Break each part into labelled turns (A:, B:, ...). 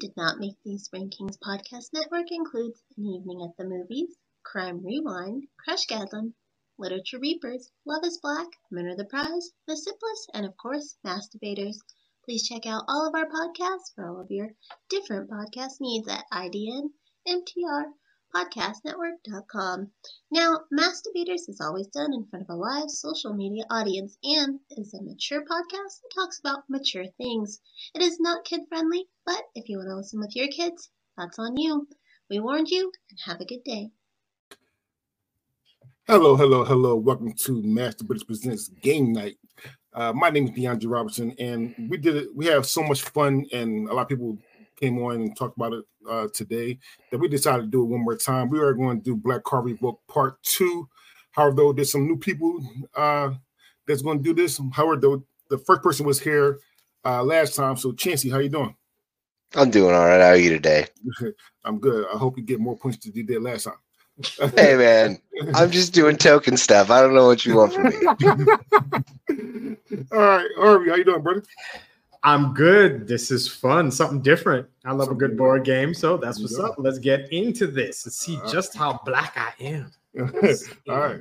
A: did not make these rankings, Podcast Network includes An Evening at the Movies, Crime Rewind, Crush Gadlin, Literature Reapers, Love is Black, Men Are the Prize, The Sipless, and of course, Masturbators. Please check out all of our podcasts for all of your different podcast needs at idnmtrpodcastnetwork.com. Now, Masturbators is always done in front of a live social media audience and is a mature podcast that talks about mature things. It is not kid friendly, but if you want to listen with your kids, that's on you. We warned you and have a good day.
B: Hello, hello, hello. Welcome to Master British Presents Game Night. Uh, my name is DeAndre Robertson, and we did it. We have so much fun, and a lot of people came on and talked about it uh, today that we decided to do it one more time. We are going to do Black Car Revoke Part 2. However, though, there's some new people uh, that's going to do this. However, though, the first person was here uh, last time. So, Chancey, how you doing?
C: I'm doing all right. How are you today?
B: I'm good. I hope you get more points than you did last time.
C: Hey, man. I'm just doing token stuff. I don't know what you want from me.
B: All right, Harvey, how you doing, brother?
D: I'm good. This is fun. Something different. I love a
B: Something
D: good board game. So that's
B: You
D: what's
B: do.
D: up. Let's get into this and see
B: Alright.
D: just how black I am.
B: All right.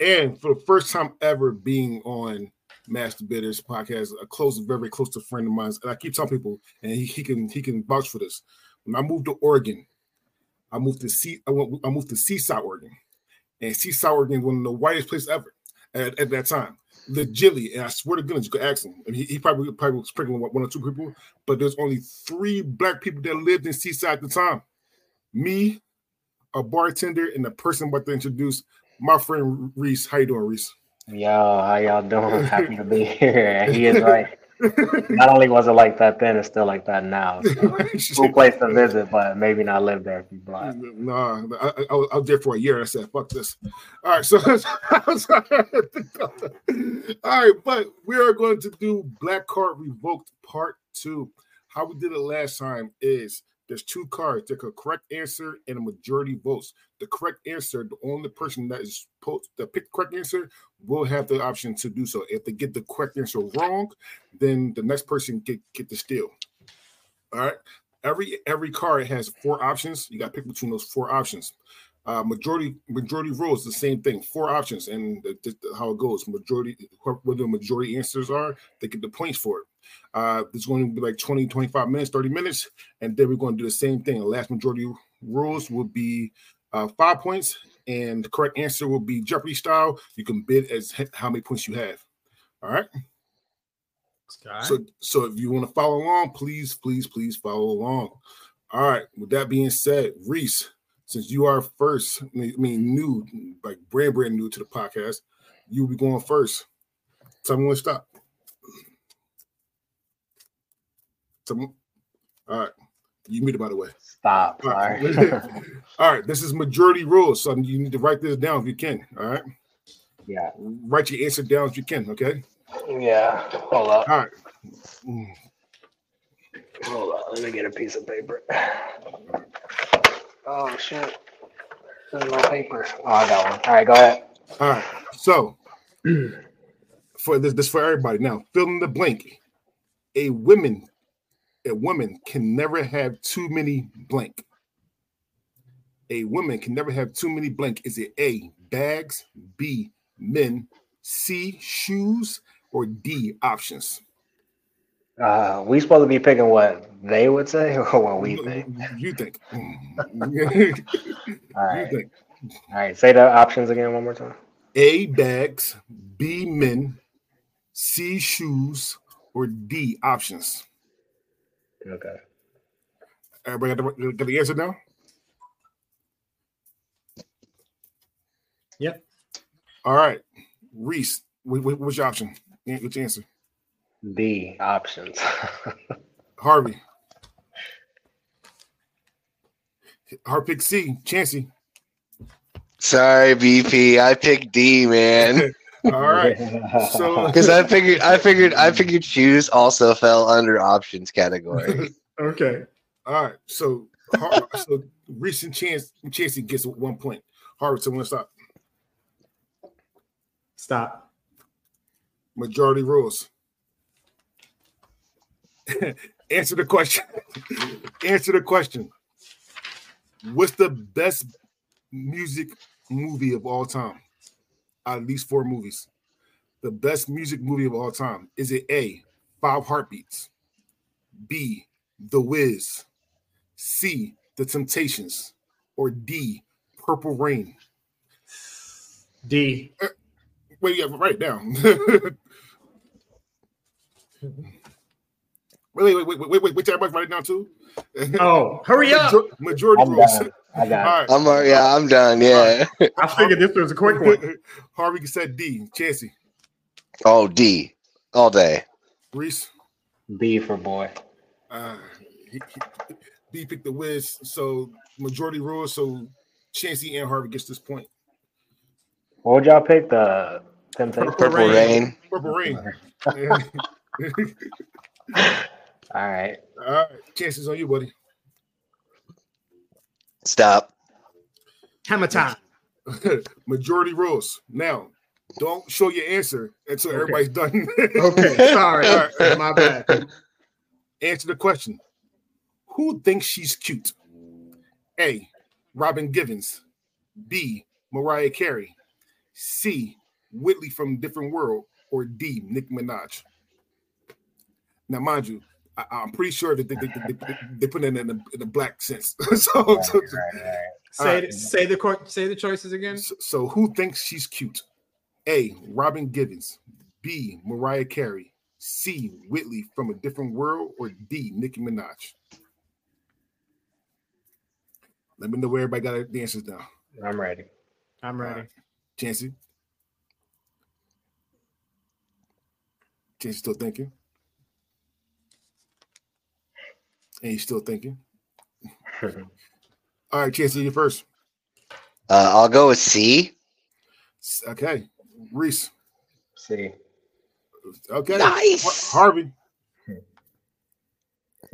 B: And for the first time ever being on Master Bitters podcast, a close, very close to friend of mine, and I keep telling people, and he, he can he can vouch for this. When I moved to Oregon, I moved to C I went I moved to Seaside, Oregon. And Seaside, Oregon, one of the whitest places ever at, at that time. Legitly, and I swear to goodness, you could ask him. And he, he probably probably was sprinkling one or two people, but there's only three black people that lived in Seaside at the time. Me, a bartender, and the person I'm about to introduce my friend Reese. How you doing, Reese?
E: Yo, how y'all doing? Happy to be here. And he is right. Not only was it like that then, it's still like that now. So, cool place to visit, but maybe not live there if you blind.
B: Nah, I, I, I was out there for a year. and I said, "Fuck this." All right, so all right, but we are going to do Black Card Revoked Part Two. How we did it last time is there's two cards. There's a correct answer and a majority votes. The correct answer, the only person that is supposed to pick the correct answer will have the option to do so. If they get the correct answer wrong, then the next person get get the steal. All right every every card has four options. You got to pick between those four options. Uh, majority majority rules the same thing. Four options and the, the- the- how it goes. Majority wh- what the majority answers are, they get the points for it. Uh, it's going to be like 20, 25 minutes, 30 minutes, and then we're going to do the same thing. The last majority rules will be uh, five points, and the correct answer will be Jeopardy style. You can bid as h- how many points you have. All right.
D: Sky.
B: So, so if you want to follow along, please, please, please follow along. All right. With that being said, Reese, since you are first, I mean, new, like brand brand new to the podcast, you'll be going first. Tell me when to stop. Tell me- All right. You mute, by the way.
E: Stop.
B: All
E: All
B: right.
E: right.
B: All right. This is majority rules, so you need to write this down if you can. All right.
E: yeah.
B: Write your answer down if you can. Okay. Mm.
E: Yeah. Hold up.
B: All right.
E: Hold up. Let me get a piece of paper. Oh, shit. There's no paper. Oh, I got one. All right, go ahead.
B: All right. So for this, this for everybody now, fill in the blank. A woman, a woman can never have too many blank. A woman can never have too many blank. Is it A bags, B men, C shoes, or D options?
E: Uh, we supposed to be picking what they would say or what we think.
B: You think? you
E: All right.
B: think?
E: All right. Say the options again one more time.
B: A bags, B men, C shoes, or D options.
E: Okay.
B: Everybody got the, got the answer now?
D: Yep.
B: All right. Reese, what, what, what's your option? Yeah, What's your answer?
E: B options.
B: Harvey. Hard pick C, Chancey.
C: Sorry, BP. I picked D, man,
B: All right. So-
C: because I figured, I figured, I figured shoes also fell under options category.
D: Okay.
B: All right. So, Har- so Reese and Chance, Chancey gets one point. Harvey, so one stop.
D: Stop.
B: Majority rules. answer the question. answer the question. What's the best music movie of all time? At least four movies. The best music movie of all time. Is it A, Five Heartbeats? B, The Wiz? C, The Temptations? Or D, Purple Rain?
D: D.
B: Well, yeah, right now.
D: Mm-hmm.
B: Wait, wait, wait, wait, wait, wait, wait, everybody's writing down too.
D: Oh, hurry up!
B: Major- majority
E: I'm
B: rules.
E: done. I got
B: All
C: I'm uh, yeah, I'm done. Yeah.
D: I figured this was a quick
B: right.
D: one.
B: Harvey said D. Chancey,
C: Oh, D, all day.
B: Reese,
E: it. B for boy.
B: uh, he, he, D picked the Wiz. So majority rules. So Chancey and Harvey gets this point.
E: What would y'all pick? The Temptation.
D: Purple
C: Purple rain.
D: Rain.
B: Purple rain. All
E: All right.
B: right, Chancey's on you, buddy.
C: Stop.
D: Hammer time.
B: majority rules. Now, don't show your answer until
D: Okay.
B: everybody's done.
D: Okay, sorry, my bad.
B: answer the question Who thinks she's cute? A. Robin Givens. B. Mariah Carey. C. Whitley from Different World. Or D. Nick Minaj. Now, mind you, I, I'm pretty sure that they, they, they, they, they put it in the, in the black sense. so,
E: All right,
B: so,
E: all right, all right.
D: Say the say the qu- say the choices again.
B: so, who thinks she's cute? A. Robin Givens. B. Mariah Carey. C. Whitley from a Different World. Or D. Nicki Minaj. Let me know where everybody got their answers down.
E: I'm ready.
D: I'm ready.
B: Chancey. Chancey still thinking. And he's still thinking. All right, Chancey, you first.
C: Uh, I'll go with C.
B: S- Okay. Reese.
E: See.
B: Okay.
C: Nice.
B: Har- Harvey.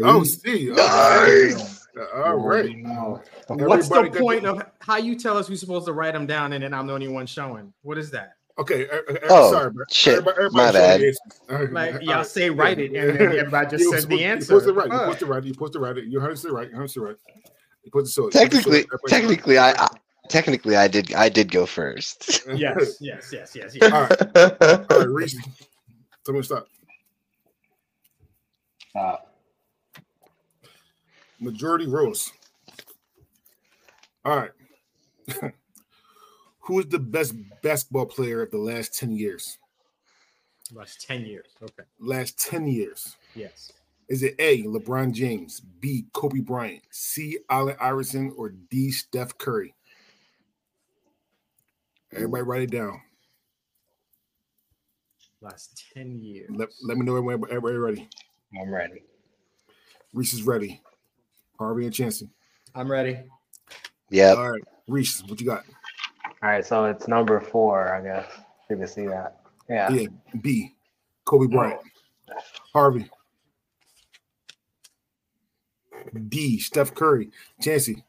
B: Oh, see.
C: Nice.
B: Uh, All right.
E: No.
D: What's the
B: everybody got
D: point
B: the-
D: of how you tell us we're supposed to write them down and then I'm the only one showing? What is that?
B: Okay. er- er- er-
C: Oh,
B: sorry, bro.
C: shit.
B: Everybody-
C: My bad.
B: everybody show the answers.
D: Like
B: All
D: y'all
B: right.
D: say write it and then everybody just
B: uh, You
D: says
B: supposed-
D: the
B: You're
D: answer.
B: supposed to write. You're supposed to
D: Fuck.
B: write. You're supposed to write it. You're supposed to write. it. You're supposed to write. it. You're supposed to show it.
C: Technically,
B: Everybody-
C: technically, I, I technically I did I did go first.
D: Yes, yes, yes, yes,
B: All
D: yes.
B: right. All right. Reese. Tell me to stop.
E: Stop.
B: Majority rules. All right. Who is the best basketball player of the last 10 years?
D: Last ten years. Okay.
B: Last 10 years.
D: Yes.
B: Is it A, LeBron James, B, Kobe Bryant, C, Allen Iverson, or D, Steph Curry? Everybody write it down.
D: Last ten years.
B: Let, let me know when everybody ready.
E: I'm ready.
B: Reese is ready. Harvey and Chancey.
D: I'm ready.
C: yep.
B: All right, Reese, what you got?
E: All right. So it's number four, I guess. You can see that. Yeah.
B: Yeah, B, Kobe Bryant. Harvey. D, Steph Curry. Chancey.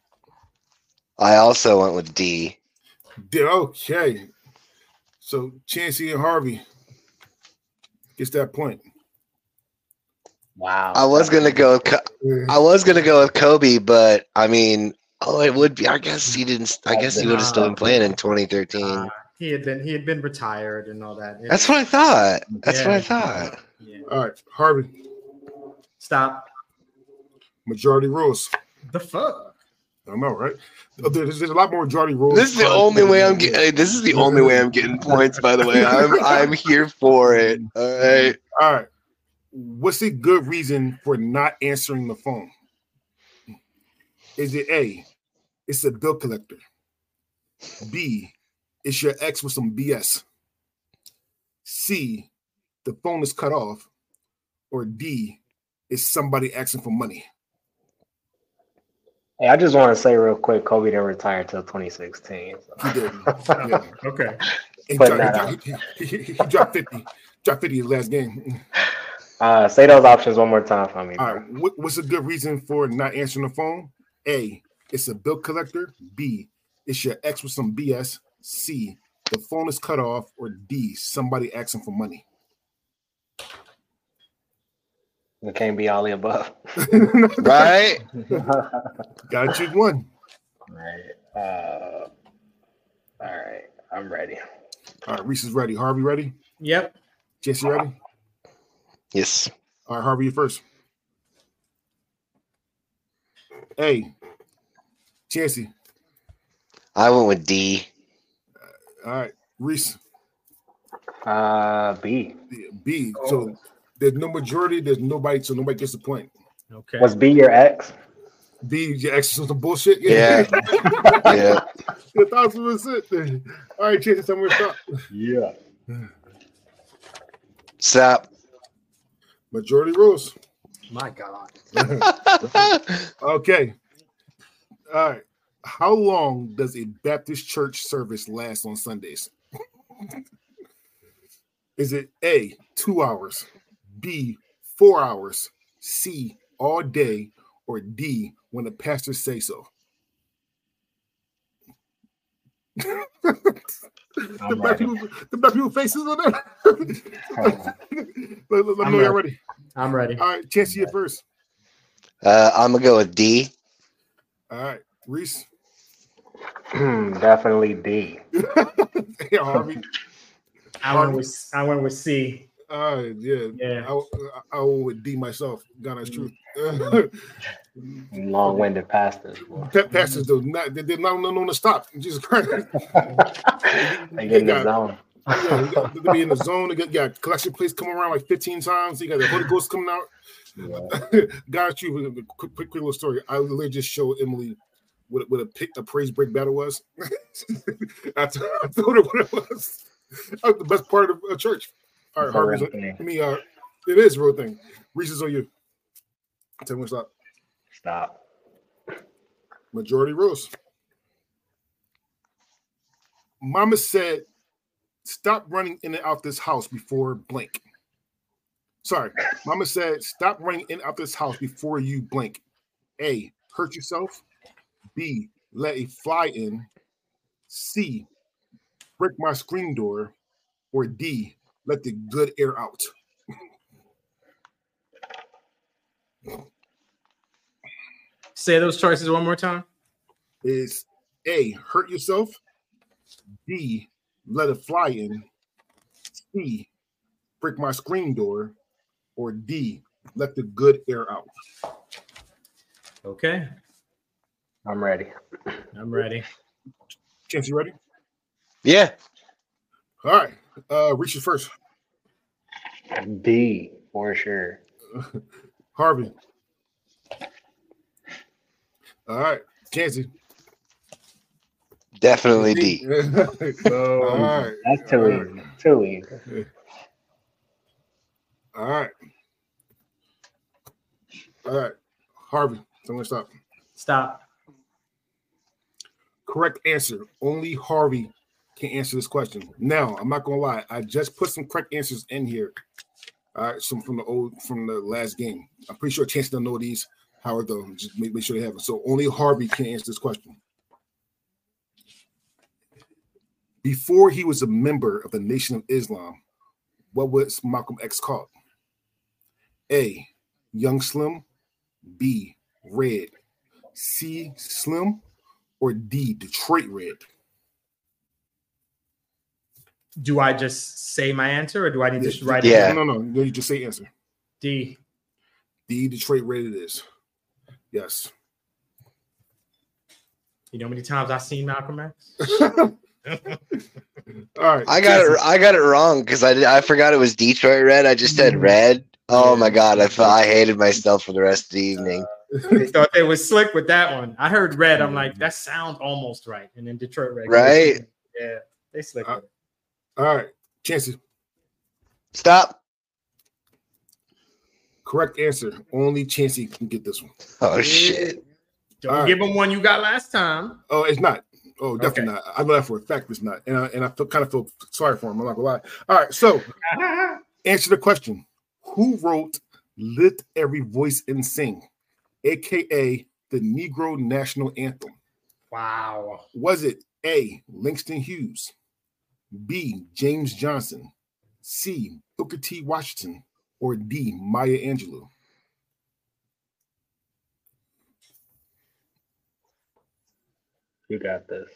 C: I also went with D.
B: D- okay. So Chancey and Harvey gets that point.
E: Wow.
D: Oh,
C: I was gonna go. With Co- I was gonna go with Kobe, but I mean, oh, it would be. I guess he didn't. I guess he would have still been playing in 2013.
D: Uh, he had been he had been retired and all that. It-
C: That's what I thought. That's what
D: Yeah.
C: I thought.
D: Yeah.
B: All right, Harvey.
D: Stop.
B: Majority rules.
D: The fuck.
B: I know, right? Uh, There- There's, there's a lot more majority rules.
C: This is the only way I'm getting. This is the only way I'm getting points. By the way, I'm I'm here for it. All right.
B: All right. What's a good reason for not answering the phone? Is it A, it's a bill collector? B, it's your ex with some BS? C, the phone is cut off? Or D, it's somebody asking for money?
E: Hey, I just want to say real quick, Kobe didn't retire until 2016.
B: He did.
E: So.
B: Yeah.
D: Okay.
B: He,
E: Put
B: dropped, he, he- he dropped 50. Dropped 50 his last game.
E: uh, say those options one more time for me.
B: All right. What, what's a good reason for not answering the phone? A. It's a bill collector. B. It's your ex with some BS. C. The phone is cut off. Or D. Somebody asking for money.
E: It can't be all the above.
C: right?
B: Gotta choose one.
E: All right. Uh, all right. I'm ready.
B: All right, Reese is ready. Harvey ready?
D: Yep.
B: Jesse ready?
C: Yes.
B: All right, Harvey, you first. Hey, Jesse.
C: I went with D.
B: All right, Reese.
E: Uh, B.
B: B. So there's no majority. There's nobody. So nobody gets a point.
D: Okay.
E: Was B your ex?
B: B, your ex is some bullshit.
C: Yeah. yeah.
B: A thousand percent. All right, Jesse, tell me what's up.
E: Yeah.
C: Stop.
B: Majority rules.
D: My God.
C: Uh,
B: Okay. All right. How long does a Baptist church service last on Sundays? Is it A, two hours, B, four hours, C, all day, or D, when the pastor say so? the,
E: I'm
B: black
E: ready.
B: people, the black people faces on there. let, let, let me
D: I'm
B: know you're
D: ready.
B: ready.
D: I'm ready.
B: All right, Chance, you first.
C: Uh, I'm gonna go with D.
B: All right, Reese,
E: Definitely D.
B: hey, Harvey.
D: I went with I went with C.
B: All right, yeah.
D: Yeah.
B: I, I, I would D myself. God, that's true. Mm.
E: Long-winded pastors. boy.
B: Pet pastors do not they, they're not known to stop. Jesus Christ.
E: they get in
B: Yeah.
E: the zone.
B: Yeah, you got to be in the zone. You got, got collection plates coming around like 15 times. You got the Holy Ghost coming out.
E: Yeah.
B: Got you. Quick, quick, quick little story. I literally just showed Emily what, what a pick a praise break battle was. I, t- I told her what it was. That's the best part of a church. All right,
E: It's a real
B: Harvey's. on-
E: thing.
B: I mean, uh, it is a real thing. Reese's on you. Tell me what's up.
E: Stop.
B: Majority rules. Mama said, stop running in and out this house before blank. Sorry. Mama said, stop running in and out this house before you blank. A, hurt yourself. B, let a fly in. C, break my screen door. Or D, let the good air out.
D: Say those choices one more time.
B: is A, hurt yourself, B, let it fly in, C, break my screen door, or D, let the good air out.
D: Okay.
E: I'm ready.
D: I'm ready.
B: Chance, you ready?
C: Yeah.
B: All right. Uh, reach you first.
E: D for sure.
B: Harvey. All right. Chancey.
C: Definitely D.
B: All
D: So
B: right.
E: That's too easy. Too easy.
B: All right. All right. Harvey, someone stop.
D: stop.
B: Correct answer. Only Harvey can answer this question. Now, I'm not gonna lie. I just put some correct answers in here. All right, some from the old from the last game. I'm pretty sure Chance don't know these. Howard though, just make, make sure they have it. So only Harvey can answer this question. Before he was a member of the Nation of Islam, what was Malcolm X called? A. Young Slim, B. Red, C. Slim, or D, Detroit Red?
D: Do I just say my answer or do I need to just write
C: Yeah.
D: it?
B: No, no, no. no, You just say answer.
D: D.
B: D, Detroit Red it is. Yes.
D: You know how many times I've seen Malcolm X?
B: All right.
C: I got it. I got it wrong because I did, I forgot it was Detroit red. I just said red. Oh my god! I felt, I hated myself for the rest of the evening.
D: They thought they was slick with that one. I heard red. I'm like, that sounds almost right. And then Detroit red.
C: Right.
D: Yeah. They slick with it.
B: All right. Chances.
C: Stop.
B: Correct answer. Only Chancey can get this one.
C: Oh shit!
D: Don't
B: All
D: give them one you got last time.
B: Oh, it's not. Oh, definitely
D: Okay.
B: not. I know that for a fact it's not. And I, and I feel, kind of feel sorry for him. I'm not going to lie. All right. So, answer the question Who wrote Let Every Voice and Sing, AKA the Negro National Anthem?
D: Wow.
B: Was it A. Langston Hughes, B. James Johnson, C. Booker T. Washington, or D. Maya Angelou?
E: You got this.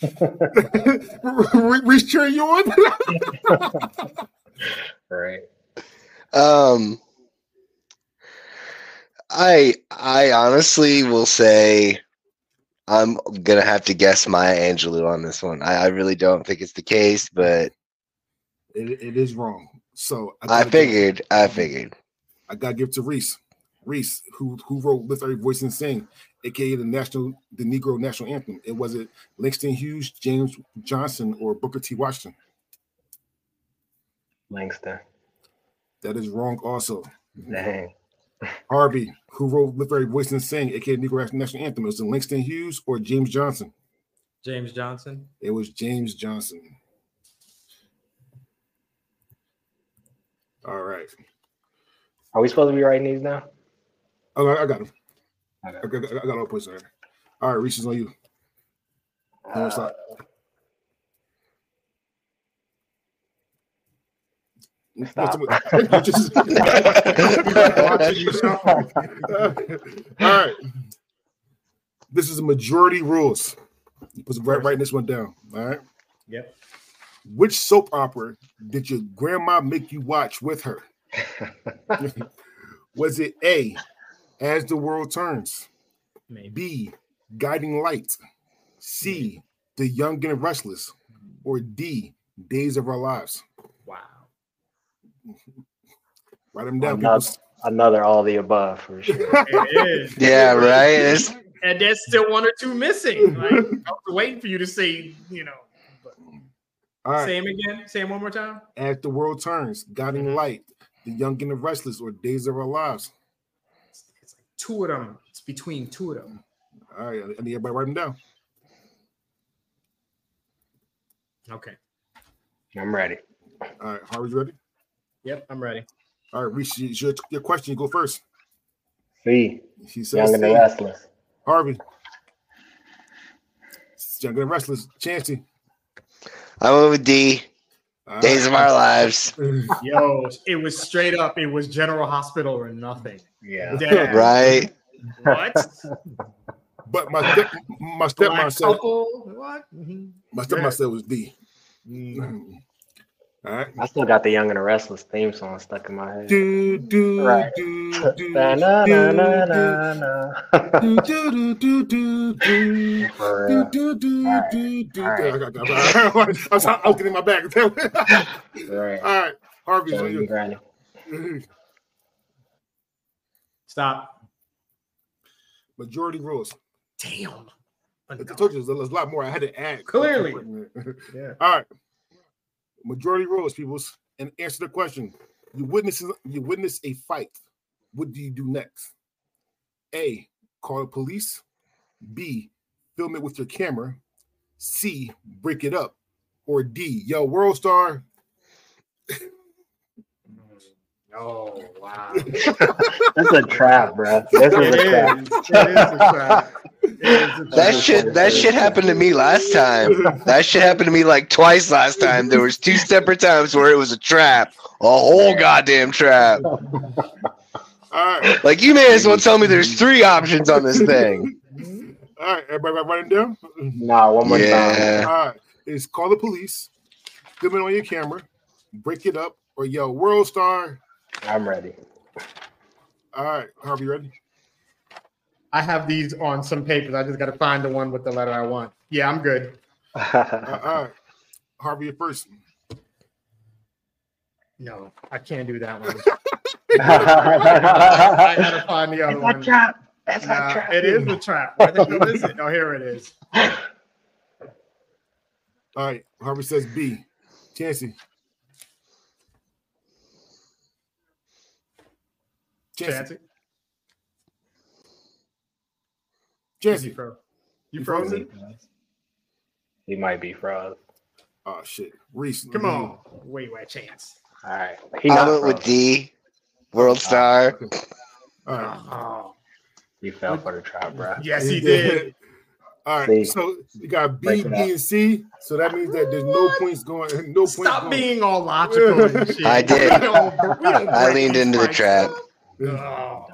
B: we, we cheer you on.
E: right.
C: Um, I I honestly will say I'm gonna have to guess Maya Angelou on this one. I, I really don't think it's the case, but
B: it, it is wrong. So
C: I, I figured. Give, I figured.
B: I gotta give to Reese. Reese, who who wrote "Lift Every Voice and Sing," aka the national the Negro national anthem. It was it Langston Hughes, James Johnson, or Booker T. Washington.
E: Langston.
B: That is wrong. Also.
E: Dang.
B: Harvey, who wrote "Lift Every Voice and Sing," aka Negro National Anthem, it was Langston Hughes or James Johnson.
D: James Johnson.
B: It was James Johnson. All right.
E: Are we supposed to be writing these now?
B: Oh, I, I got them. Okay. I, got, I got all points there. All right, Reese is on you. Don't
E: Uh,
B: stop. Stop. all right. This is a majority rules. You put right, writing this one down. All right.
D: Yep.
B: Which soap opera did your grandma make you watch with her? Was it A, As the World Turns?
D: Maybe.
B: B, Guiding Light? C, Maybe. The Young and Restless? Or D, Days of Our Lives?
D: Wow.
B: Write them down.
E: Another, another, all the above for sure.
C: yeah, right. It's...
D: and there's still one or two missing. Like, I was waiting for you to say, you know. But... Right. Say him again. Say him one more time.
B: As the world turns, guiding mm-hmm. light, the young and the restless, or days of our lives.
D: It's, it's like two of them. It's between two of them.
B: All right, I need everybody write them down.
D: Okay.
E: I'm ready.
B: All right, Harvey's ready.
D: Yep, I'm ready.
B: All right, Reese, your, your question. You go first.
E: C.
B: She says
E: Young and the Restless.
B: Harvey. Young and the Restless. Chancy.
C: I went with D. All Days right. of Our Lives.
D: Yo, it was straight up. It was General Hospital or nothing.
E: Yeah.
C: Damn. Right.
D: What?
B: But my step, my stepmom said
D: what? Mm-hmm.
B: My stepmom said was D. Mm-hmm. All right. I
E: still got the Young and the Restless theme song stuck in my head.
B: Do do right. do do do do do do do do do do do do. I was I was getting my bag. All right, Harvey's on you.
D: Stop.
B: Majority rules.
D: Damn.
B: I told you there's a lot more. I had to add.
D: Clearly.
B: Yeah. All right majority rules, peoples, and answer the question. You witness you witness a fight. What do you do next? A. Call the police. B. Film it with your camera. C. Break it up. Or D. Yo, world star.
D: Oh wow!
E: That's a trap, bro. This is a trap. Is. Is a trap.
C: That shit, that shit happened to me last time. That shit happened to me like twice last time. There was two separate times where it was a trap, a whole goddamn trap.
B: Right.
C: Like you may as well tell me there's three options on this thing.
D: Mm-hmm.
B: All right, everybody, writing down.
E: Nah, one more yeah.
B: time. All right, is call the police, film it on your camera, break it up, or yell "World Star."
E: I'm ready.
B: All right, Harvey, ready?
D: I have these on some papers. I just got to find the one with the letter I want. Yeah, I'm good.
E: Uh-huh.
B: uh, all right, Harvey, you first.
D: No, I can't do that one. I gotta find the other
E: it's
D: one.
E: A trap. It's nah,
D: a trap. It is a trap. Where the hell is it? Oh, here it is.
B: All right, Harvey says B. Chancey.
D: Chancey.
B: Jesse.
D: Fro- you, you frozen?
E: He might be frozen.
B: Oh shit. Reese.
D: Come on. Wait, wait, chance.
E: All right.
C: He I went frozen. with D, World Star.
B: All
D: Uh-huh.
B: right. Oh.
E: You fell for the trap, bro.
D: Yes, he did.
B: All right, See, so you got B, B, and C. So that means that there's no points going. No points.
D: Stop
B: going.
D: being all logical.
C: I did. We don't, we don't I leaned into the trap.
D: Oh.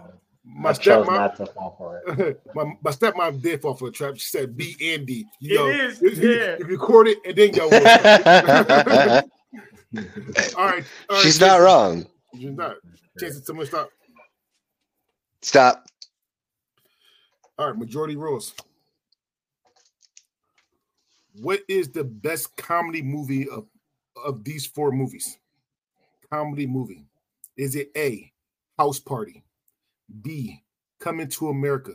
B: My
E: I chose
B: stepmom-
E: not to fall for it.
B: my, my stepmom did fall for a trap. She said B and D.
D: It
B: You know,
D: is,
B: if you-
D: yeah.
B: if you record it and then y'all. will. all right, all right,
C: She's not
B: Jason.
C: wrong.
B: She's not. Chances someone stop.
C: Stop.
B: All right, majority rules. What is the best comedy movie of of these four movies? Comedy movie. Is it A, House Party, B, Coming to America,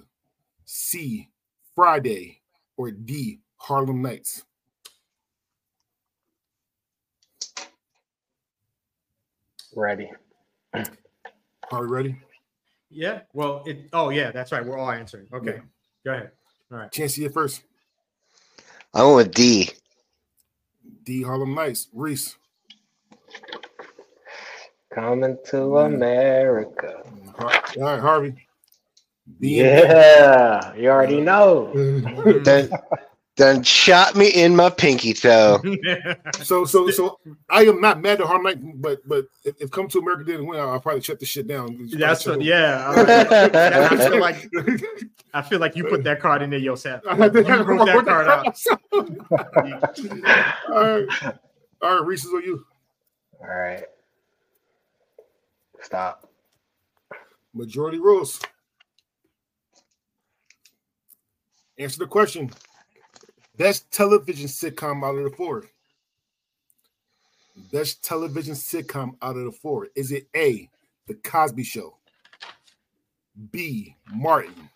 B: C, Friday, or D, Harlem Nights?
E: Ready.
B: Are we ready?
D: Yeah. Well, it. Oh, yeah. That's right. We're all answering. Okay. Go ahead.
B: Chance, you first.
C: I went with D.
B: D, Harlem Nights. Reese.
E: Coming to
B: Mm.
E: America.
B: Har- All right, Harvey. D and
E: Yeah, you already know.
B: D.
C: Done, done shot me in my pinky toe.
B: So so so I am not mad at Harlem Night, but but if, if Come to America didn't win, I'll, I'll probably shut this shit down.
D: That's
B: Probably
D: what,
B: shut
D: yeah. I, like-
C: I
D: I feel like I feel like you put that card in there yourself.
B: I
D: You
B: had
D: wrote
B: to- I wrote
D: that card out.
B: out. All right, all right, Reese's on you.
E: All right. Stop.
B: Majority rules. Answer the question. Best television sitcom out of the four. Best television sitcom out of the four. Is it A, The Cosby Show? B, Martin?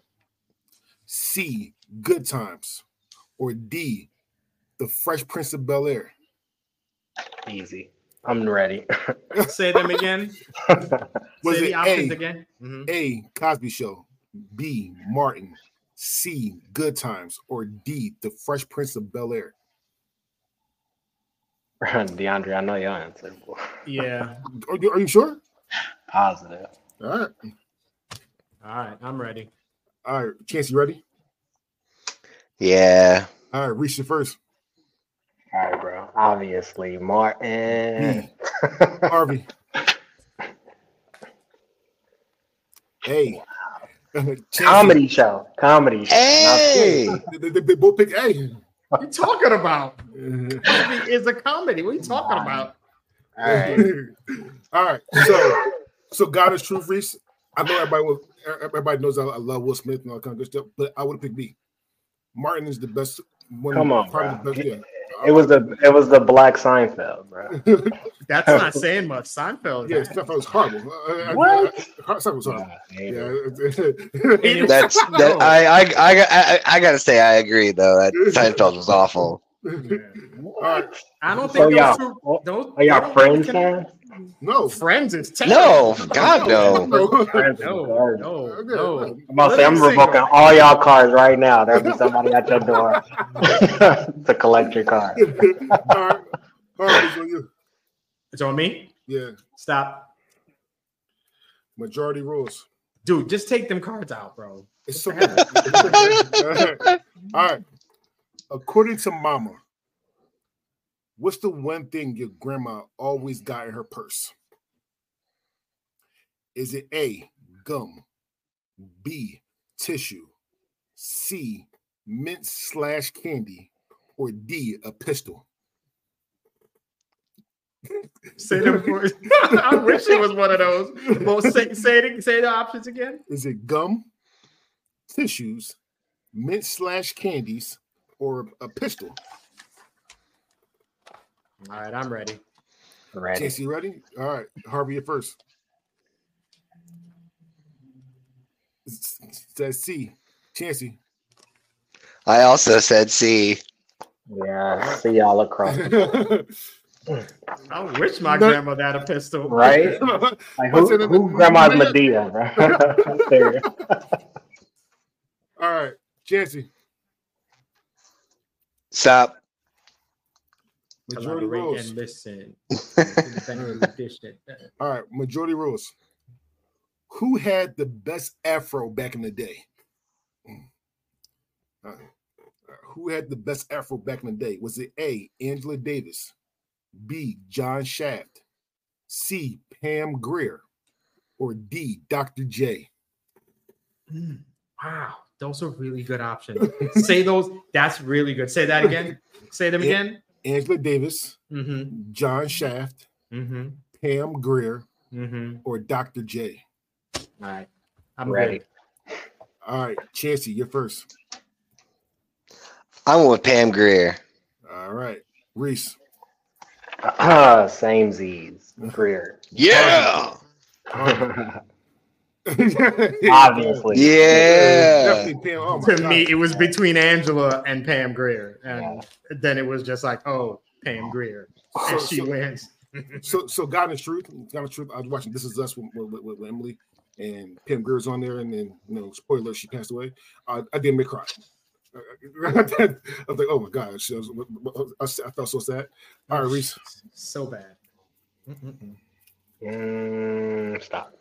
B: C, Good Times? Or D, The Fresh Prince of Bel Air?
E: Easy. I'm ready.
D: Say them again.
B: Was it
D: Say the options
B: A,
D: again. Mhm.
B: A, Cosby Show, B, Martin, C, Good Times, or D, The Fresh Prince of Bel Air?
E: DeAndre, I know your answer.
D: Yeah.
B: Are you, are you sure?
E: Positive.
B: All right.
D: All right. I'm ready.
B: All right. Chance, you ready?
C: Yeah.
B: All right. Reese, you first.
E: All right, bro. Obviously, Martin.
B: Harvey. Hey.
E: Comedy show. Comedy show.
C: Hey.
B: They, they- they both pick A.
D: What you talking about?
B: All
D: It's a comedy. What are you talking about?
E: All right.
B: right. So, so God is truth, Reese. I know everybody will, everybody knows I, I love Will Smith and all that kind of good stuff, but I would pick B. Martin is the best. One,
E: Come on,
B: probably
E: bro.
B: the best, yeah.
E: It was the it was the Black Seinfeld, bro.
D: That's not saying much. Seinfeld.
B: yeah, stuff was horrible. I- I-
E: What?
B: I- I- Stuff was horrible.
E: Yeah.
B: Yeah.
C: That's that. I I I got- I, I gotta say I agree though. That Seinfeld was awful.
D: Yeah.
B: All right.
D: I don't
E: So
D: think
E: y'all,
D: those two. Those,
E: are y'all friends now?
B: No.
D: Friends is
C: No,
D: terrible.
C: God
E: Oh,
C: no.
E: Friends is
D: No,
E: garbage.
D: no,
B: Okay.
D: no.
E: I'm about to say, I'm
D: Literally
E: revoking
D: single.
E: all y'all cards right now. There'll be somebody at your door to collect your card.
B: All right. All right, it's on you.
D: It's on me.
B: Yeah,
D: Stop.
B: majority rules.
D: Dude, just take them cards out, bro.
B: It's so
D: What
B: All right. According to Mama, what's the one thing your grandma always got in her purse? Is it A, gum, B, tissue, C, mint slash candy, or D, a pistol?
D: Say them for- I wish it was one of those. Well, say say, it, say the options again.
B: Is it gum, tissues, mint slash candies, or a pistol?
D: All right, I'm ready.
E: Ready.
B: Jesse, ready? All right, Harvey, you first. S- s- Says C. Chancey.
C: I also said C.
E: Yeah, see y'all across.
D: I wish my
B: No.
D: grandmother had a pistol.
E: Right? Like, who, who grandma's Medea, bro? Serious.
B: All right, Chancey.
C: Stop.
B: Majority
D: Collaborate
B: rules.
D: and listen. Independent edition.
B: All right, majority rules. Who had the best afro back in the day? Mm. Uh, uh, who had the best afro back in the day? Was it A. Angela Davis, B. John Shaft, C. Pam Greer, or D. Dr. J?
D: Mm, wow, those are really good options. Say those. That's really good. Say that again. Say them
B: Yeah.
D: again.
B: Angela Davis,
D: Mm-hmm.
B: John Shaft,
D: Mm-hmm.
B: Pam Greer,
D: Mm-hmm.
B: or Dr. J.
D: All right. I'm
E: I'm ready.
D: good.
B: All right, Chancey, you're first.
C: I'm with Pam Greer.
B: All right, Reese.
E: Same Z's. Greer.
C: Yeah.
E: Obviously.
C: Yeah.
B: Definitely Pam. Oh my
D: To
B: God.
D: me, it was between Angela and Pam Greer,
E: Yeah.
D: and then it was just like, oh, Pam Greer,
B: So-
D: and she
B: so-
D: wins.
B: So, so God is truth. God is truth. I was watching This Is Us with, with, with Emily, and Pam Greer's on there. And then, you know, spoiler, she passed away. I, I did make her cry. I was like, oh my God, she was, I, felt so sad. All right, Reese.
D: So bad. Mm-mm-mm.
E: Mm, stop.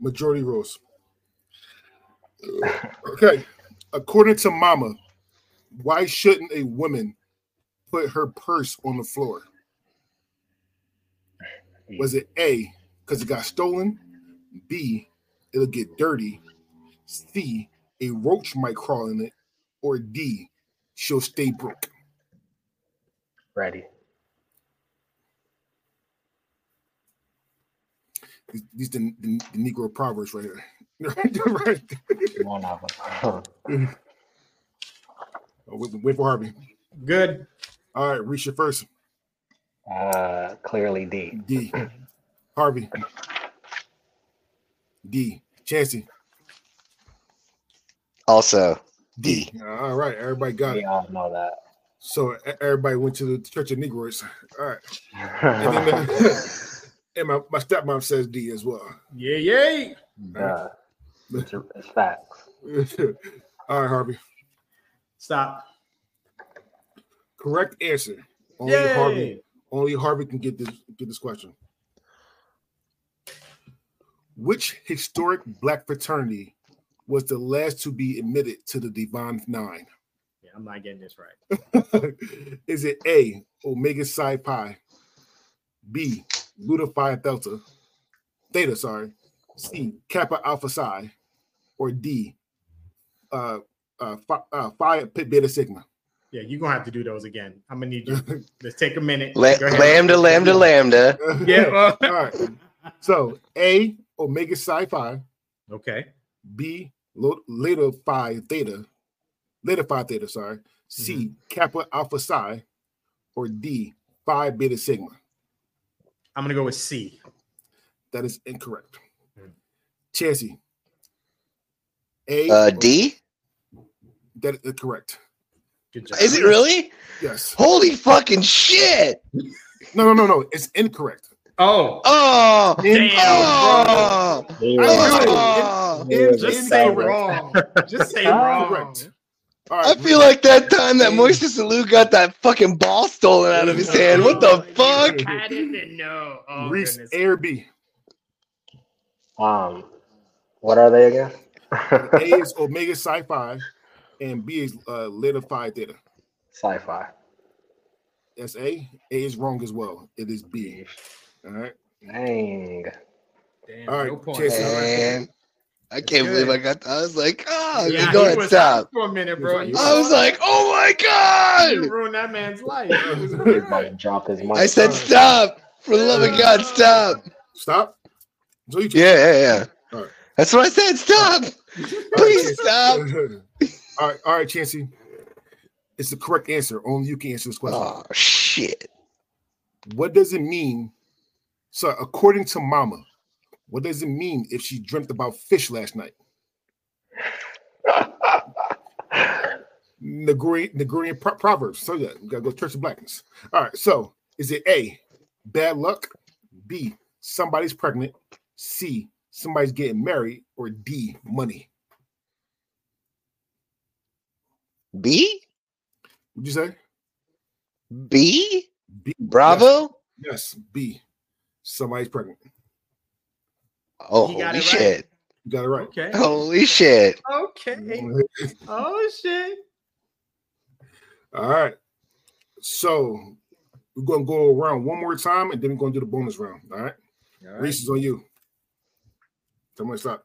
B: Majority rules. Okay, according to Mama, why shouldn't a woman put her purse on the floor? Was it A, because it got stolen? B, it'll get dirty? C, a roach might crawl in it? Or D, she'll stay broke?
E: Ready.
B: These, these the, the, the Negro proverbs right here. right.
E: One of them.
B: Wait, wait for Harvey.
D: Good.
B: All right, Reese, your first.
E: Uh, clearly D.
B: D. Harvey. D. Chancey.
C: Also,
B: D. All right, everybody got
E: We
B: it.
E: all know that.
B: So e- everybody went to the Church of Negroes. All right. And, then
E: Duh.
B: the- and my, my stepmom says D as well.
D: Yeah, yay.
E: Uh, It's, it's facts.
B: All right, Harvey.
D: Stop.
B: Correct answer. Only
D: Yay.
B: Harvey. Only Harvey can get this get this question. Which historic black fraternity was the last to be admitted to the Divine Nine?
D: Yeah, I'm not getting this right.
B: Is it A, Omega Psi Pi, B, Luna Phi Delta, Theta, sorry, C, Kappa Alpha Psi, or D, uh, uh, Phi, uh, Phi Pit Beta Sigma?
D: Yeah, you're gonna have to do those again. I'm gonna need you. Let's take a minute.
C: la-
D: Go ahead.
C: lambda, lambda, lambda.
D: Yeah.
B: All right. So A, Omega Psi Phi,
D: Okay.
B: B, Lo- Leta Phi Theta, Leta Phi Theta, sorry, C, Kappa Alpha Psi, or D, Phi Beta Sigma?
D: I'm gonna go with C.
B: That is incorrect.
D: Hmm.
B: Chancey. A
C: Uh, D?
B: That is correct.
D: Good job.
C: Is it really?
B: Yes.
C: Holy fucking shit!
B: No, no, no, no. It's incorrect.
D: Oh,
C: Oh,
D: Damn,
C: oh,
E: Dude,
C: oh.
B: It's
D: just say
B: incorrect.
D: wrong. Just say
E: Oh.
C: Ah.
D: wrong.
B: Correct. All
C: I
B: right.
C: feel like that time that Moises Alou got that fucking ball stolen out of his hand. What the fuck?
D: I didn't know. Oh,
B: Reese
D: goodness.
B: A or B.
E: Um, what are they again?
B: A is Omega Psi Phi, and B is uh, Leta Phi Theta.
E: Sci-fi.
B: That's A. A is wrong as well. It is B. All right.
E: Dang.
D: Damn,
B: All right,
D: no point.
B: Jason,
C: Man, I can't
D: good.
C: believe I got. I was like, oh,
D: Yeah,
C: go
D: he
C: ahead,
D: was
C: stop.
D: out For a minute, bro.
B: He
D: You
B: was
C: I was like, oh my
D: you
C: god!
D: ruined that man's life. It was
E: He's about to
D: good.
E: drop his mic.
C: I said, stop! For the love of God, stop!
B: Stop. So you
C: Yeah, yeah, yeah.
B: All right.
C: That's what I said. Stop! Please stop!
B: all right, all right, Chancey. It's the correct answer. Only you can answer this question.
C: Oh shit!
B: what does it mean? So, according to Mama, what does it mean if she dreamt about fish last night? Nigerian, Nigerian pro- proverbs. So yeah, we gotta go Church of Blackness. All right. So, is it A, bad luck? B, somebody's pregnant? C, somebody's getting married? Or D, money?
C: B
B: Would you say
C: B
B: B?
C: Bravo.
B: Yes, yes, B. Somebody's pregnant.
C: Oh
D: He
C: holy
D: got it right.
C: shit!
B: You got it right.
D: Okay.
C: Holy shit!
D: Okay. Oh shit.
B: All right. So we're gonna go around one more time and then we're gonna do the bonus round. All right.
D: All right.
B: Reese is on you. Tell me stop.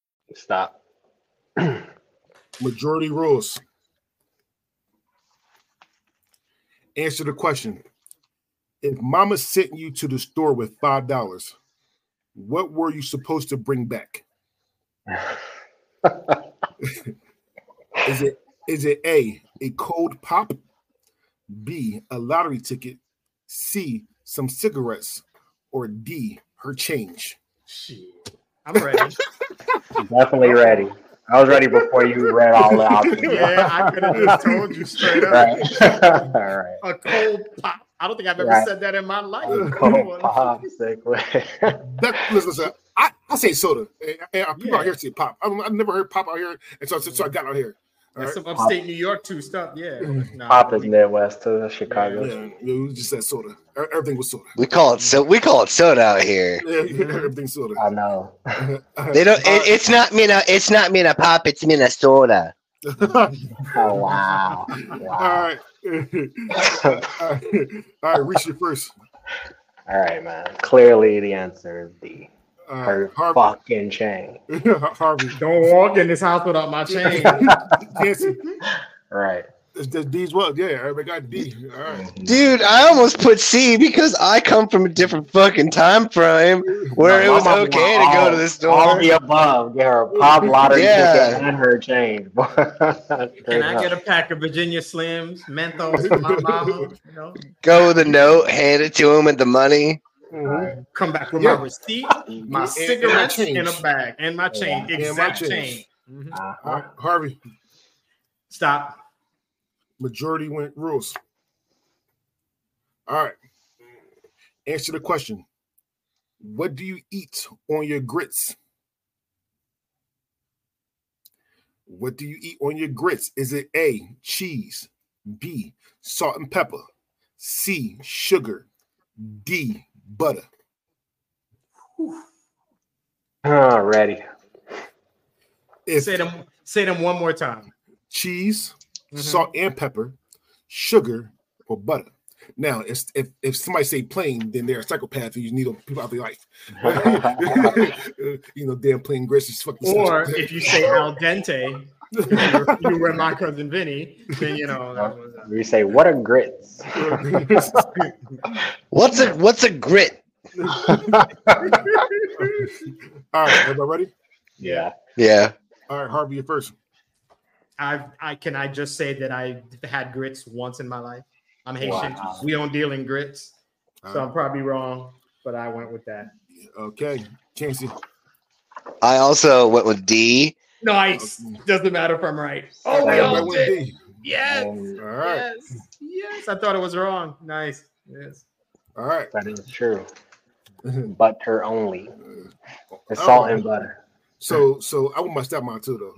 E: Stop.
B: Majority rules. Answer the question. If mama sent you to the store with five dollars, what were you supposed to bring back? is it is it A a cold pop? B a lottery ticket? C some cigarettes or D her change?
D: Shit. I'm ready.
E: Definitely ready. I was ready before you read all the options.
D: Yeah, I could have just told you straight up.
E: Right. all right.
D: A cold pop. I don't think I've ever
E: Right.
D: said that in my life.
E: Cold popsicle.
B: That, listen, listen, I, I say soda. And- and people
D: Yeah.
B: out here say pop. I, don't- I've never heard pop out here, and so, so, so I got out here. All
D: That's
B: right.
D: some upstate New York too stuff. Yeah. Nah,
E: Pop is Midwest too. That's Chicago.
B: Yeah, yeah, we just said soda. E- Everything was soda.
C: We call it so. We call it soda out here.
B: Yeah, everything's soda.
E: I know.
C: They don't. It, it's not Minna. It's not Minna pop. It's Minnesota.
E: Oh wow.
B: All
E: wow.
B: right. All right, reach you first.
E: All right, man. Clearly the answer is D.
B: All
E: Her
B: right, Harvey.
E: fucking chain.
B: Harvey.
D: Don't walk in this house without my chain.
B: Dancy.
E: Right.
B: That's, that's D's well. Yeah, everybody got D. All right.
E: Mm-hmm.
C: Dude, I almost put C because I come from a different fucking time frame where
E: My
C: it was
E: mama
C: okay to
E: want
C: go
E: all-
C: to the
E: All
C: store.
E: the above. Get her a pop lottery
C: Yeah.
E: ticket and her change.
D: Can I get a pack of Virginia Slims, menthols for my mama? You know,
C: Go with a note, hand it to him with the money.
B: Mm-hmm.
D: come back with
B: Yeah.
D: my receipt,
B: And-
D: my
B: and
D: cigarettes
B: change.
D: in a bag, and my chain.
E: Yeah.
B: And my
D: Exact
B: change.
D: chain. Mhm.
B: All right, Harvey,
D: Stop.
B: majority went rules. All right. Answer the question. What do you eat on your grits? What do you eat on your grits? Is it A, cheese, B, salt and pepper, C, sugar, D, butter?
E: Oh, ready.
B: It's
D: Say them. Say them one more time.
B: cheese,
D: Mhm.
B: salt and pepper, sugar, or butter. Now, if if, if somebody say plain, then they're a psychopath who you need people out of their life. you know, damn plain gracious fucking.
D: Or
B: snitch.
D: if you say al dente, you're, you were my cousin Vinny. Then you know. that was, uh,
E: We say, what are grits?
C: What's a what's a grit?
B: All right, everybody ready?
E: yeah.
C: Yeah.
B: All right, Harvey, you first.
D: I, I can I just say that I had grits once in my life. I'm Haitian.
E: Wow.
D: We don't deal in grits, so I'm probably wrong, but I went with that.
B: Okay, Chancey.
C: I also went with D.
D: Nice. Doesn't matter if I'm right. Oh, we
E: Alright,
D: all
B: Everybody went
D: did.
B: D.
D: Yes.
E: Um,
B: All right,
D: Yes. Yes. I thought it was wrong. Nice. Yes.
B: all right.
E: that is true. Butter only. It's
B: Oh.
E: salt and butter.
B: So, so I want my step mine too, though.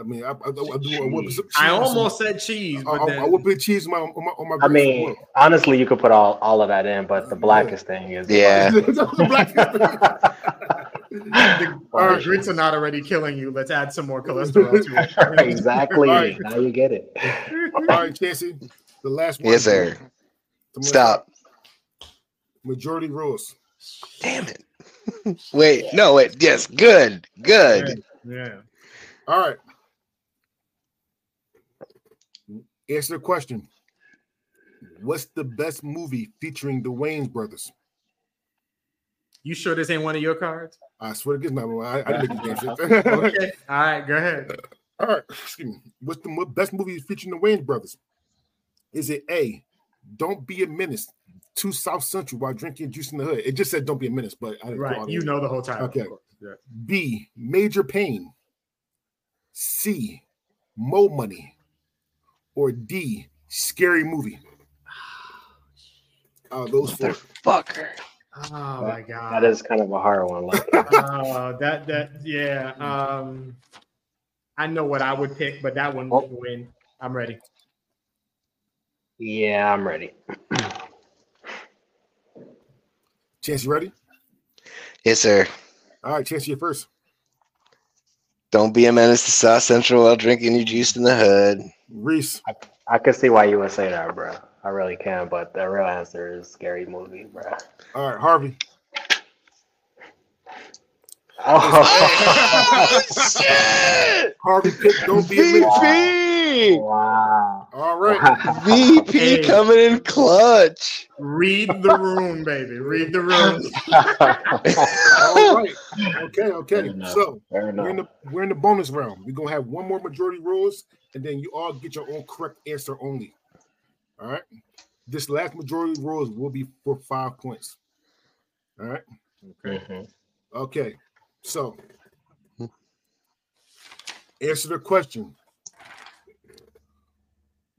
B: I mean, I, I, I, do. I, whip some
D: I
B: cheese-
D: almost said cheese,
B: I,
D: but
B: I, I
D: then
B: whip the cheese on my on my, on my
E: I
B: grits as
E: mean,
B: well.
E: honestly, you could put all, all of that in, but the blackest thing is.
C: Yeah.
B: Black
D: the, the grits are not already killing you. Let's add some more cholesterol to it.
E: exactly.
B: Right.
E: Now you get it.
B: All right, Chancey, the last one.
C: Yes, sir.
B: Come on,
C: Stop.
B: Majority rules.
C: Damn it. Wait, no, wait. Yes, good. Good.
D: Yeah.
B: All right. Answer the question. What's the best movie featuring the Wayans brothers?
D: You sure this ain't one of your cards?
B: I swear to goodness, I, I didn't make this damn shit.
D: Okay. All right. Go ahead.
B: All right. Excuse me. What's the mo- best movie featuring the Wayans brothers? Is it A, Don't Be a Menace to South Central while drinking juice in the hood? It just said Don't Be a Menace, but I didn't
D: Right.
B: all the
D: You
B: way.
D: know the whole time.
B: Okay.
D: Yeah.
B: B. Major Pain. C. Mo Money. Or D. Scary Movie. Uh, those four.
C: Motherfucker.
D: Oh my god.
E: That is kind of a hard one. Like,
D: Uh, that that yeah. Um, I know what I would pick, but that
E: Oh.
D: one wouldn't win. I'm ready.
E: yeah, I'm ready.
B: Chance, you ready?
C: Yes, sir.
B: All right, Chance, you first.
C: Don't be a menace to South Central while drinking your juice in the hood.
B: Reese.
E: I could see why you would say that, bro. I really can, but the real answer is scary movie, bro.
B: All right, Harvey.
C: Oh, shit!
B: Harvey picked Don't Be a Menace.
C: VP!
E: Wow.
B: All right.
E: Wow.
C: VP coming in clutch.
D: Read the room, baby. Read the room.
B: All right. Okay, okay.
E: enough.
B: So
E: Fair enough.
B: we're in the we're in the bonus round. We're gonna have one more majority rules, and then you all get your own correct answer only. All right. This last majority rules will be for five points. All right.
E: Mhm.
B: Okay. So answer the question.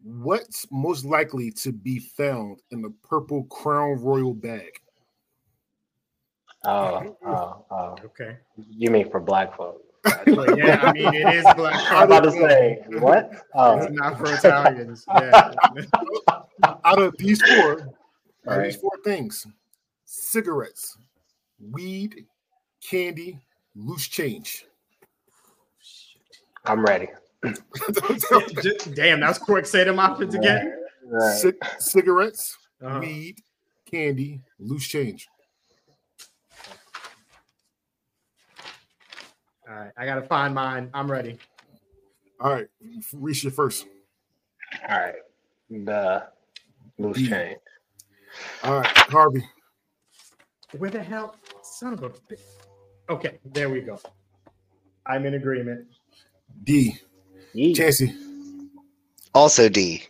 B: What's most likely to be found in the purple crown royal bag?
E: Oh, oh, oh.
D: Okay.
E: You mean for black folk?
D: But yeah, I mean it is black.
E: I'm about to say what? Oh,
D: It's not for Italians. Yeah.
B: Out of these four, out of
E: Right.
B: these four things: cigarettes, weed, candy, loose change.
E: I'm ready.
D: Just- damn, that's quick. Say them options again.
E: Right.
B: Cig- cigarettes,
C: Uh-huh.
D: Uh,
B: weed, candy, loose change.
D: all right, I gotta find mine. I'm ready.
B: All right, Reese, you first.
E: All right. The loose change.
B: All right, Harvey.
D: Where the hell, son of a? bi- Okay, there we go. I'm in agreement.
B: D.
E: Yeet.
B: Chancey.
C: Also D.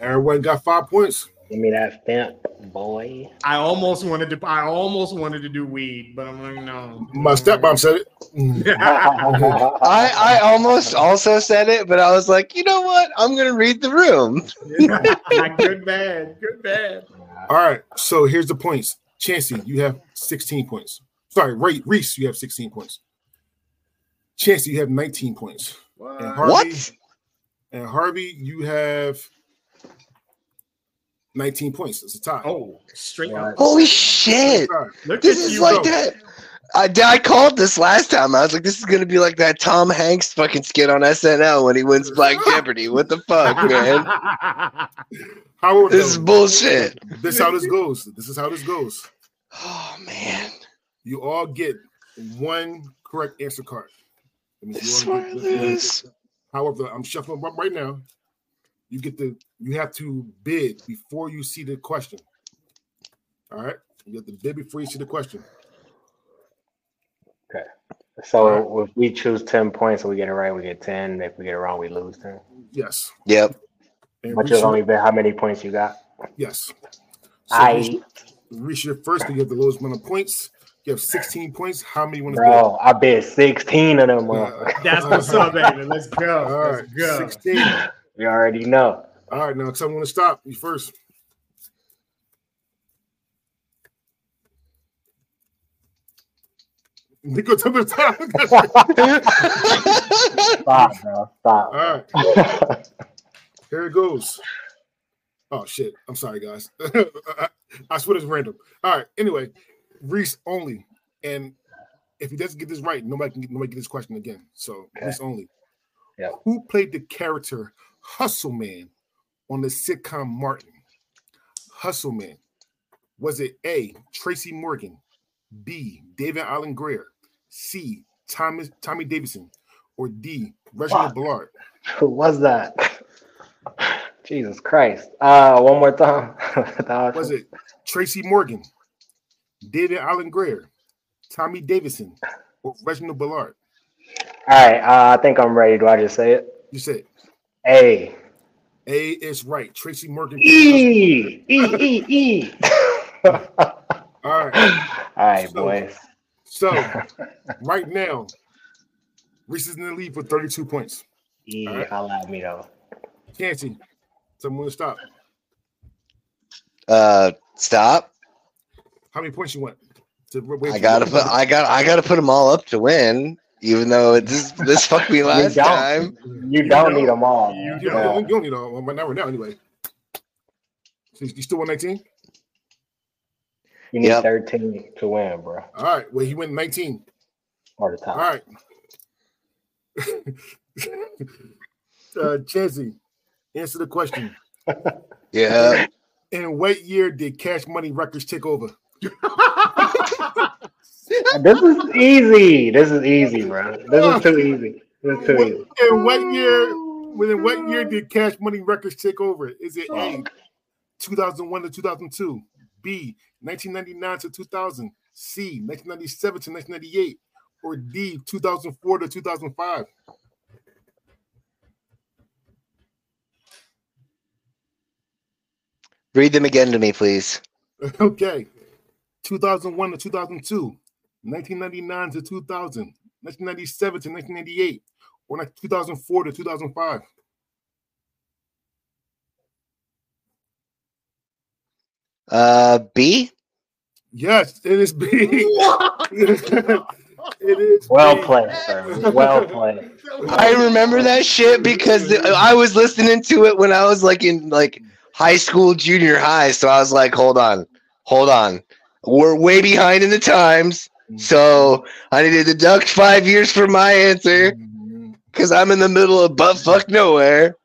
B: Everyone got five points.
E: Give me that fent, boy.
D: I almost wanted to. I almost wanted to do weed, but I'm like, no.
B: My stepmom said it. Mm.
E: Uh-huh.
C: I, I almost also said it, but I was like, you know what? I'm going to read the room.
D: good bad, good bad.
B: All right, so here's the points. Chancey, you have 16 points. Sorry, Ray, Reese, you have 16 points. Chancey, you have 19 points. And
D: What?
B: Harvey,
C: What?
B: And Harvey, you have 19 points. It's a tie.
D: Oh, straight up.
C: Holy
B: It's a
C: shit.
B: tie.
D: Look
C: This
D: at
C: is
D: you
C: like
D: go.
C: that. I, I called this last time. I was like, this is going to be like that Tom Hanks fucking skit on SNL when he wins Black Jeopardy. What the fuck, man?
B: However,
C: This is
B: this,
C: bullshit.
B: this is how this goes. This is how this goes.
C: Oh, man.
B: You all get one correct answer card. That means you
C: This is
B: all
C: where
B: get-
C: I
B: this- this-
C: lose.
B: However, I'm shuffling them up right now. You get the you have to bid before you see the question. All right, you have to bid before you see the question.
E: So if we choose ten points and we get it right, we get ten. If we get it wrong, we lose ten.
B: Yes,
C: Yep.
B: and
E: But
B: Reese,
E: you've only been how many points you got?
B: yes. So Reese-
E: I
B: Reese, you're first. 'cause You have the lowest amount of points. You have 16 points. How many want to bid?
E: bro, I bet sixteen of them. motherfuckers.
B: Uh,
D: That's what's up, baby. Let's go.
B: All right,
D: Let's go.
B: 16.
E: You already know.
B: All right, now because I want to stop you first. Nico to the top.
E: Stop, bro. Stop.
B: All right. Here it goes. Oh shit! I'm sorry, guys. I, I swear it's random. All right. Anyway, Reese only, and if he doesn't get this right, nobody can get, nobody get this question again. So
E: Okay.
B: Reese only.
E: Yep.
B: Who played the character Hustle Man on the sitcom Martin? Hustle Man. Was it A. Tracy Morgan, B. David Allen Greer, C. Thomas Tommy Davidson, or D. Reginald
E: Fuck.
B: Ballard?
E: Who was that? Jesus Christ. Uh, one more time. The
B: was
E: option.
B: it Tracy Morgan, David Allen Greer, Tommy Davidson, or Reginald Ballard?
E: All right. Uh, I think I'm ready. Do I just say it?
B: You said
E: A.
B: A is right. Tracy Morgan.
E: E. E. E. E. All
B: All right.
E: right, boys.
B: So right now, Reese is in the lead with 32 points.
E: E. Holla at me, though.
B: Chancey, someone stop.
C: Uh, stop.
B: How many points you want? To wait
C: I
B: for
C: gotta
B: you.
C: put I got I gotta put them all up to win, even though it- this this fucked me last
E: don't.
C: time.
E: You don't need them all.
B: You,
E: man.
B: you,
E: Yeah.
B: don't, you don't need all right now. Right now, anyway. So you still one nineteen?
E: You need
C: Yep.
E: 13 to win, bro.
B: All right. Well, he went nineteen.
E: Or the
B: All
E: top.
B: right. uh, Chancey, answer the question.
C: Yeah,
B: In what year did Cash Money Records take over?
E: This is easy. This is easy, bro. This is too easy. This is too
B: What-
E: easy.
B: in what year? Within what year did Cash Money Records take over? Is it A, 2001 to 2002, B, 1999 to 2000, C, 1997 to 1998, or D, 2004 to 2005?
C: read them again to me, please.
B: Okay, 2001 to 2002, 1999 to 2000, 1997 to 1998, or like 2004 to 2005.
C: Uh, B.
B: Yes, it is B. it is
E: Well
B: B.
E: played, sir. Well played.
C: I remember that shit because the, I was listening to it when I was like in like high school, junior high. So I was like, hold on, hold on, we're way behind in the times. So I need to deduct five years for my answer because I'm in the middle of butt fuck nowhere.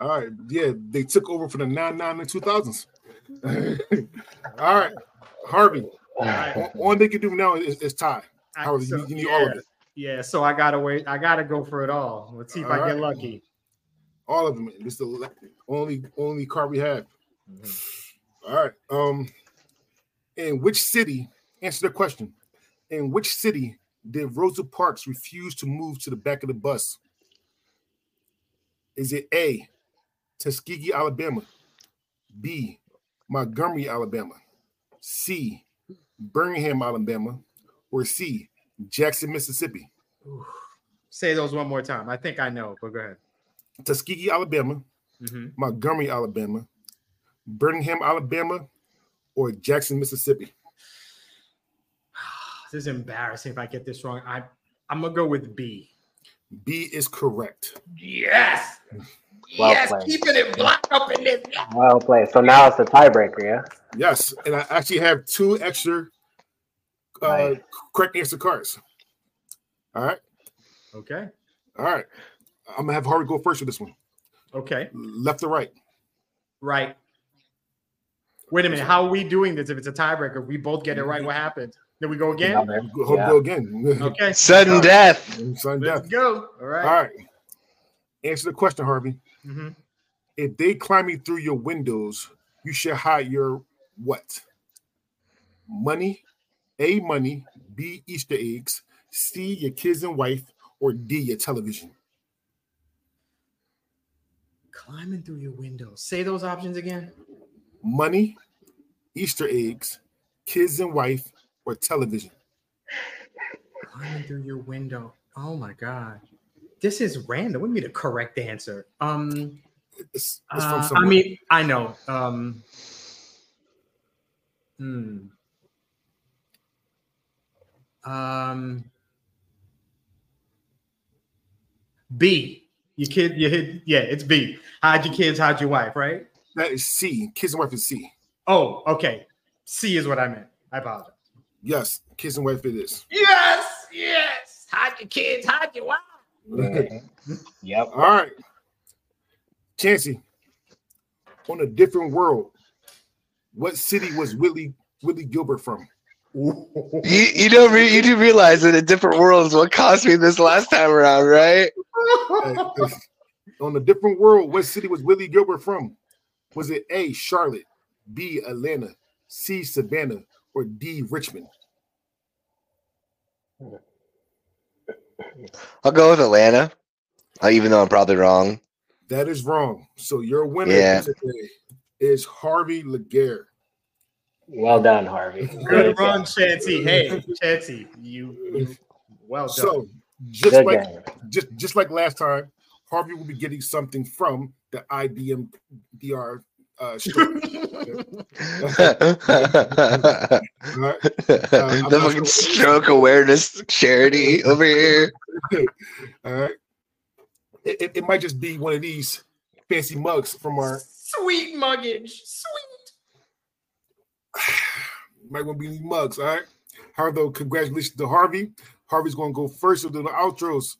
B: All right, yeah, they took over for the 99 and 2000s. all right, Harvey, o- all they can do now is, is tie.
D: I-
B: Harvey,
D: so-
B: you, you need all of
D: yeah.
B: it,
D: Yeah, so I gotta wait. I gotta go for it all. Let's see if I
B: Alright.
D: get lucky.
B: all of them. This is the le- only only car we have.
E: Mm-hmm.
B: All right, um, in which city? Answer the question. In which city did Rosa Parks refuse to move to the back of the bus? Is it A, Tuskegee, Alabama, B, Montgomery, Alabama, C, Birmingham, Alabama, or C, Jackson, Mississippi?
D: Oof. Say those one more time. I think I know, but go ahead.
B: Tuskegee, Alabama, Mm-hmm.
D: Mhm.
B: Montgomery, Alabama, Birmingham, Alabama, or Jackson, Mississippi?
D: Ah, This is embarrassing if I get this wrong. I I'm gonna go with B.
B: B is correct.
D: Yes.
E: Well
D: yes,
E: played.
D: keeping it black up in this.
E: Well played. So now it's the tiebreaker, yeah?
B: Yes, and I actually have two extra uh,
E: Nice.
B: correct answer cards. All right,
D: Okay.
B: all right. I'm gonna have Harvey go first with this one,
D: Okay.
B: left or right.
D: Right. Wait a minute. How are we doing this? If it's a tiebreaker, if we both get it right. What happened? Then we go
E: You know,
D: again.
E: man.
B: Go, hope
E: Yeah.
B: go again.
D: Okay.
C: Sudden death.
B: Sudden
D: Let's
B: death.
D: go. All
B: All
D: right.
B: right. Answer the question, Harvey.
D: Mhm.
B: If they climbing through your windows, you should hide your what? Money, A money, B Easter eggs, C your kids and wife, or D your television.
D: Climbing through your window. Say those options again.
B: Money, Easter eggs, kids and wife, or television.
D: Climbing through your window. Oh my god. This is random. What do you mean the correct answer? Um
B: It's, it's from
D: uh, I
B: somewhere.
D: mean, I know. Um hmm. Um B. You kid you hit yeah, it's B. Hide your kids, hide your wife, right?
B: that is C. Kids and wife is C.
D: Oh, okay. C is what I meant. I apologize.
B: Yes, kids and wife it is.
D: Yes, yes. Hide your kids, hide your wife.
E: Mhm. Yep.
B: All right. Chancey, on a different world, what city was Willie Willie Gilbert from?
C: You, you don't re- you do realize that a different world is what cost me this last time around, right?
B: Uh, on a different world, what city was Willie Gilbert from? Was it A Charlotte, B Atlanta, C Savannah, or D Richmond?
C: I'll go with Atlanta, uh, even though I'm probably wrong.
B: That is wrong. So your winner
C: Yeah.
B: today is Harvey Laguerre.
E: Well done, Harvey.
D: Good
E: Good
D: run,
E: game.
D: Chansey. Hey, Chansey, you, you well done.
B: So just
E: Good
B: like
E: game.
B: just just like last time, Harvey will be getting something from the IBM DR uh, stroke.
C: the
B: Alright? Uh, I'm not sure-
C: fucking stroke awareness charity over here.
B: All right. It, it, it might just be one of these fancy mugs from our
D: Sweet muggage. Sweet.
B: might want to be these mugs. All right. However, congratulations to Harvey. Harvey's going to go first with the outros.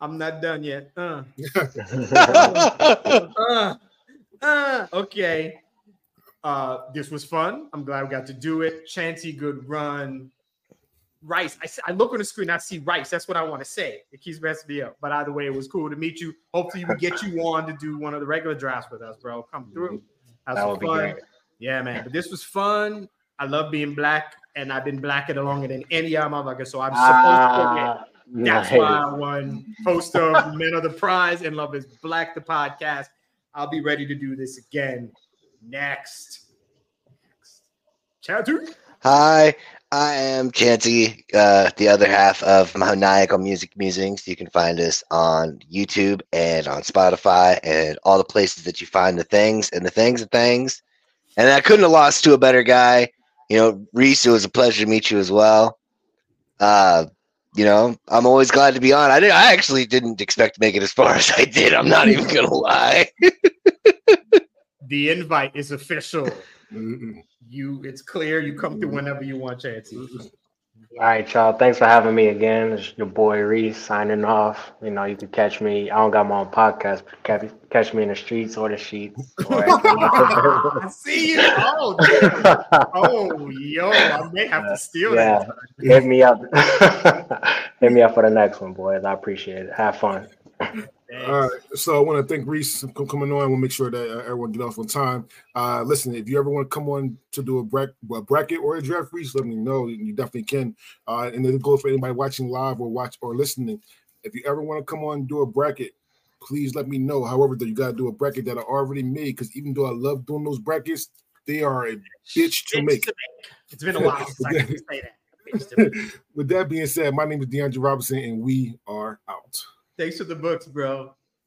D: I'm not done yet. Uh,
C: All
D: uh, uh. Okay. Uh, this was fun. I'm glad we got to do it. Chanty, good run. Rice. I, s- I look on the screen. I see Rice. That's what I want to say. It keeps messing me up. But either way, it was cool to meet you. Hopefully, we get you on to do one of the regular drafts with us, bro. Come through. Have
E: That
D: some
E: would be
D: fun.
E: great.
D: Yeah, man. But this was fun. I love being black, and I've been blacker longer than any other motherfucker. So I'm supposed to forget.
E: Ah,
D: That's
E: nice.
D: why I won host of Men of the Prize and Love is Black, the podcast. I'll be ready to do this again next. Next. Ciao, dude.
C: Hi, I am Chanty, uh, the other half of Maniacal Music Musings. You can find us on YouTube and on Spotify and all the places that you find the things and the things and things. And I couldn't have lost to a better guy. You know, Reese, it was a pleasure to meet you as well. Uh, you know, I'm always glad to be on. I did, I actually didn't expect to make it as far as I did. I'm not even gonna lie.
D: The invite is official.
B: Mm-mm.
D: You, it's clear. You come through whenever you want, Chancey.
E: All right, y'all. Thanks for having me again. It's your boy Reese signing off. You know, you can catch me. I don't got my own podcast, but catch- catch me in the streets or the sheets. Or
D: I see you. Oh, damn. oh, yo, I may have to steal
E: yeah,
D: that.
E: hit me up. hit me up for the next one, boys. I appreciate it. Have fun.
D: Thanks.
B: All right. So I want to thank Reese for coming on. We'll make sure that uh, everyone get off on time. Uh, listen, if you ever want to come on to do a, brack, a bracket or a draft, Reese, let me know. You definitely can. Uh, and it goes for anybody watching live or watch or listening. If you ever want to come on and do a bracket, please let me know. However, though, you got to do a bracket that I already made because even though I love doing those brackets, they are a bitch to
D: Bitch
B: make.
D: It's been a while since I can say that. Bitch to make.
B: With that being said, my name is DeAndre Robinson, and we are out.
D: Thanks for the books, bro.